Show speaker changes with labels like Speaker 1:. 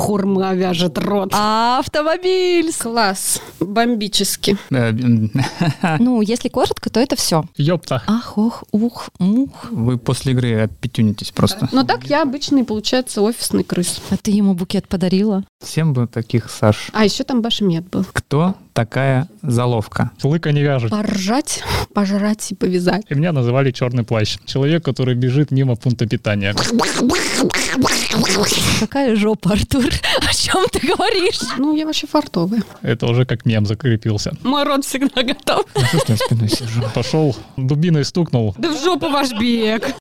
Speaker 1: хурма вяжет рот.
Speaker 2: Автомобиль!
Speaker 3: А, Класс. Бомбически.
Speaker 4: Э,
Speaker 2: Ну, если коротко, то это все.
Speaker 4: Ёпта.
Speaker 2: Ах, ох, ух, мух.
Speaker 4: Вы после игры опятюнитесь просто.
Speaker 3: Но так я обычный, получается, офисный крыс.
Speaker 2: А ты ему букет подарила?
Speaker 4: Всем бы таких, Саш.
Speaker 3: А еще там башмет был.
Speaker 4: Кто такая заловка?
Speaker 5: Лыка не вяжет.
Speaker 3: Поржать, пожрать и повязать.
Speaker 5: И меня называли черный плащ. Человек, который бежит мимо пункта питания.
Speaker 2: Какая жопа, Артур? О чем ты говоришь?
Speaker 3: Ну, я вообще фартовая.
Speaker 5: Это уже как мем закрепился.
Speaker 1: Мой рот всегда готов.
Speaker 4: Ну, что ж я спиной сижу?
Speaker 5: Пошел, дубиной стукнул.
Speaker 1: Да в жопу ваш бег.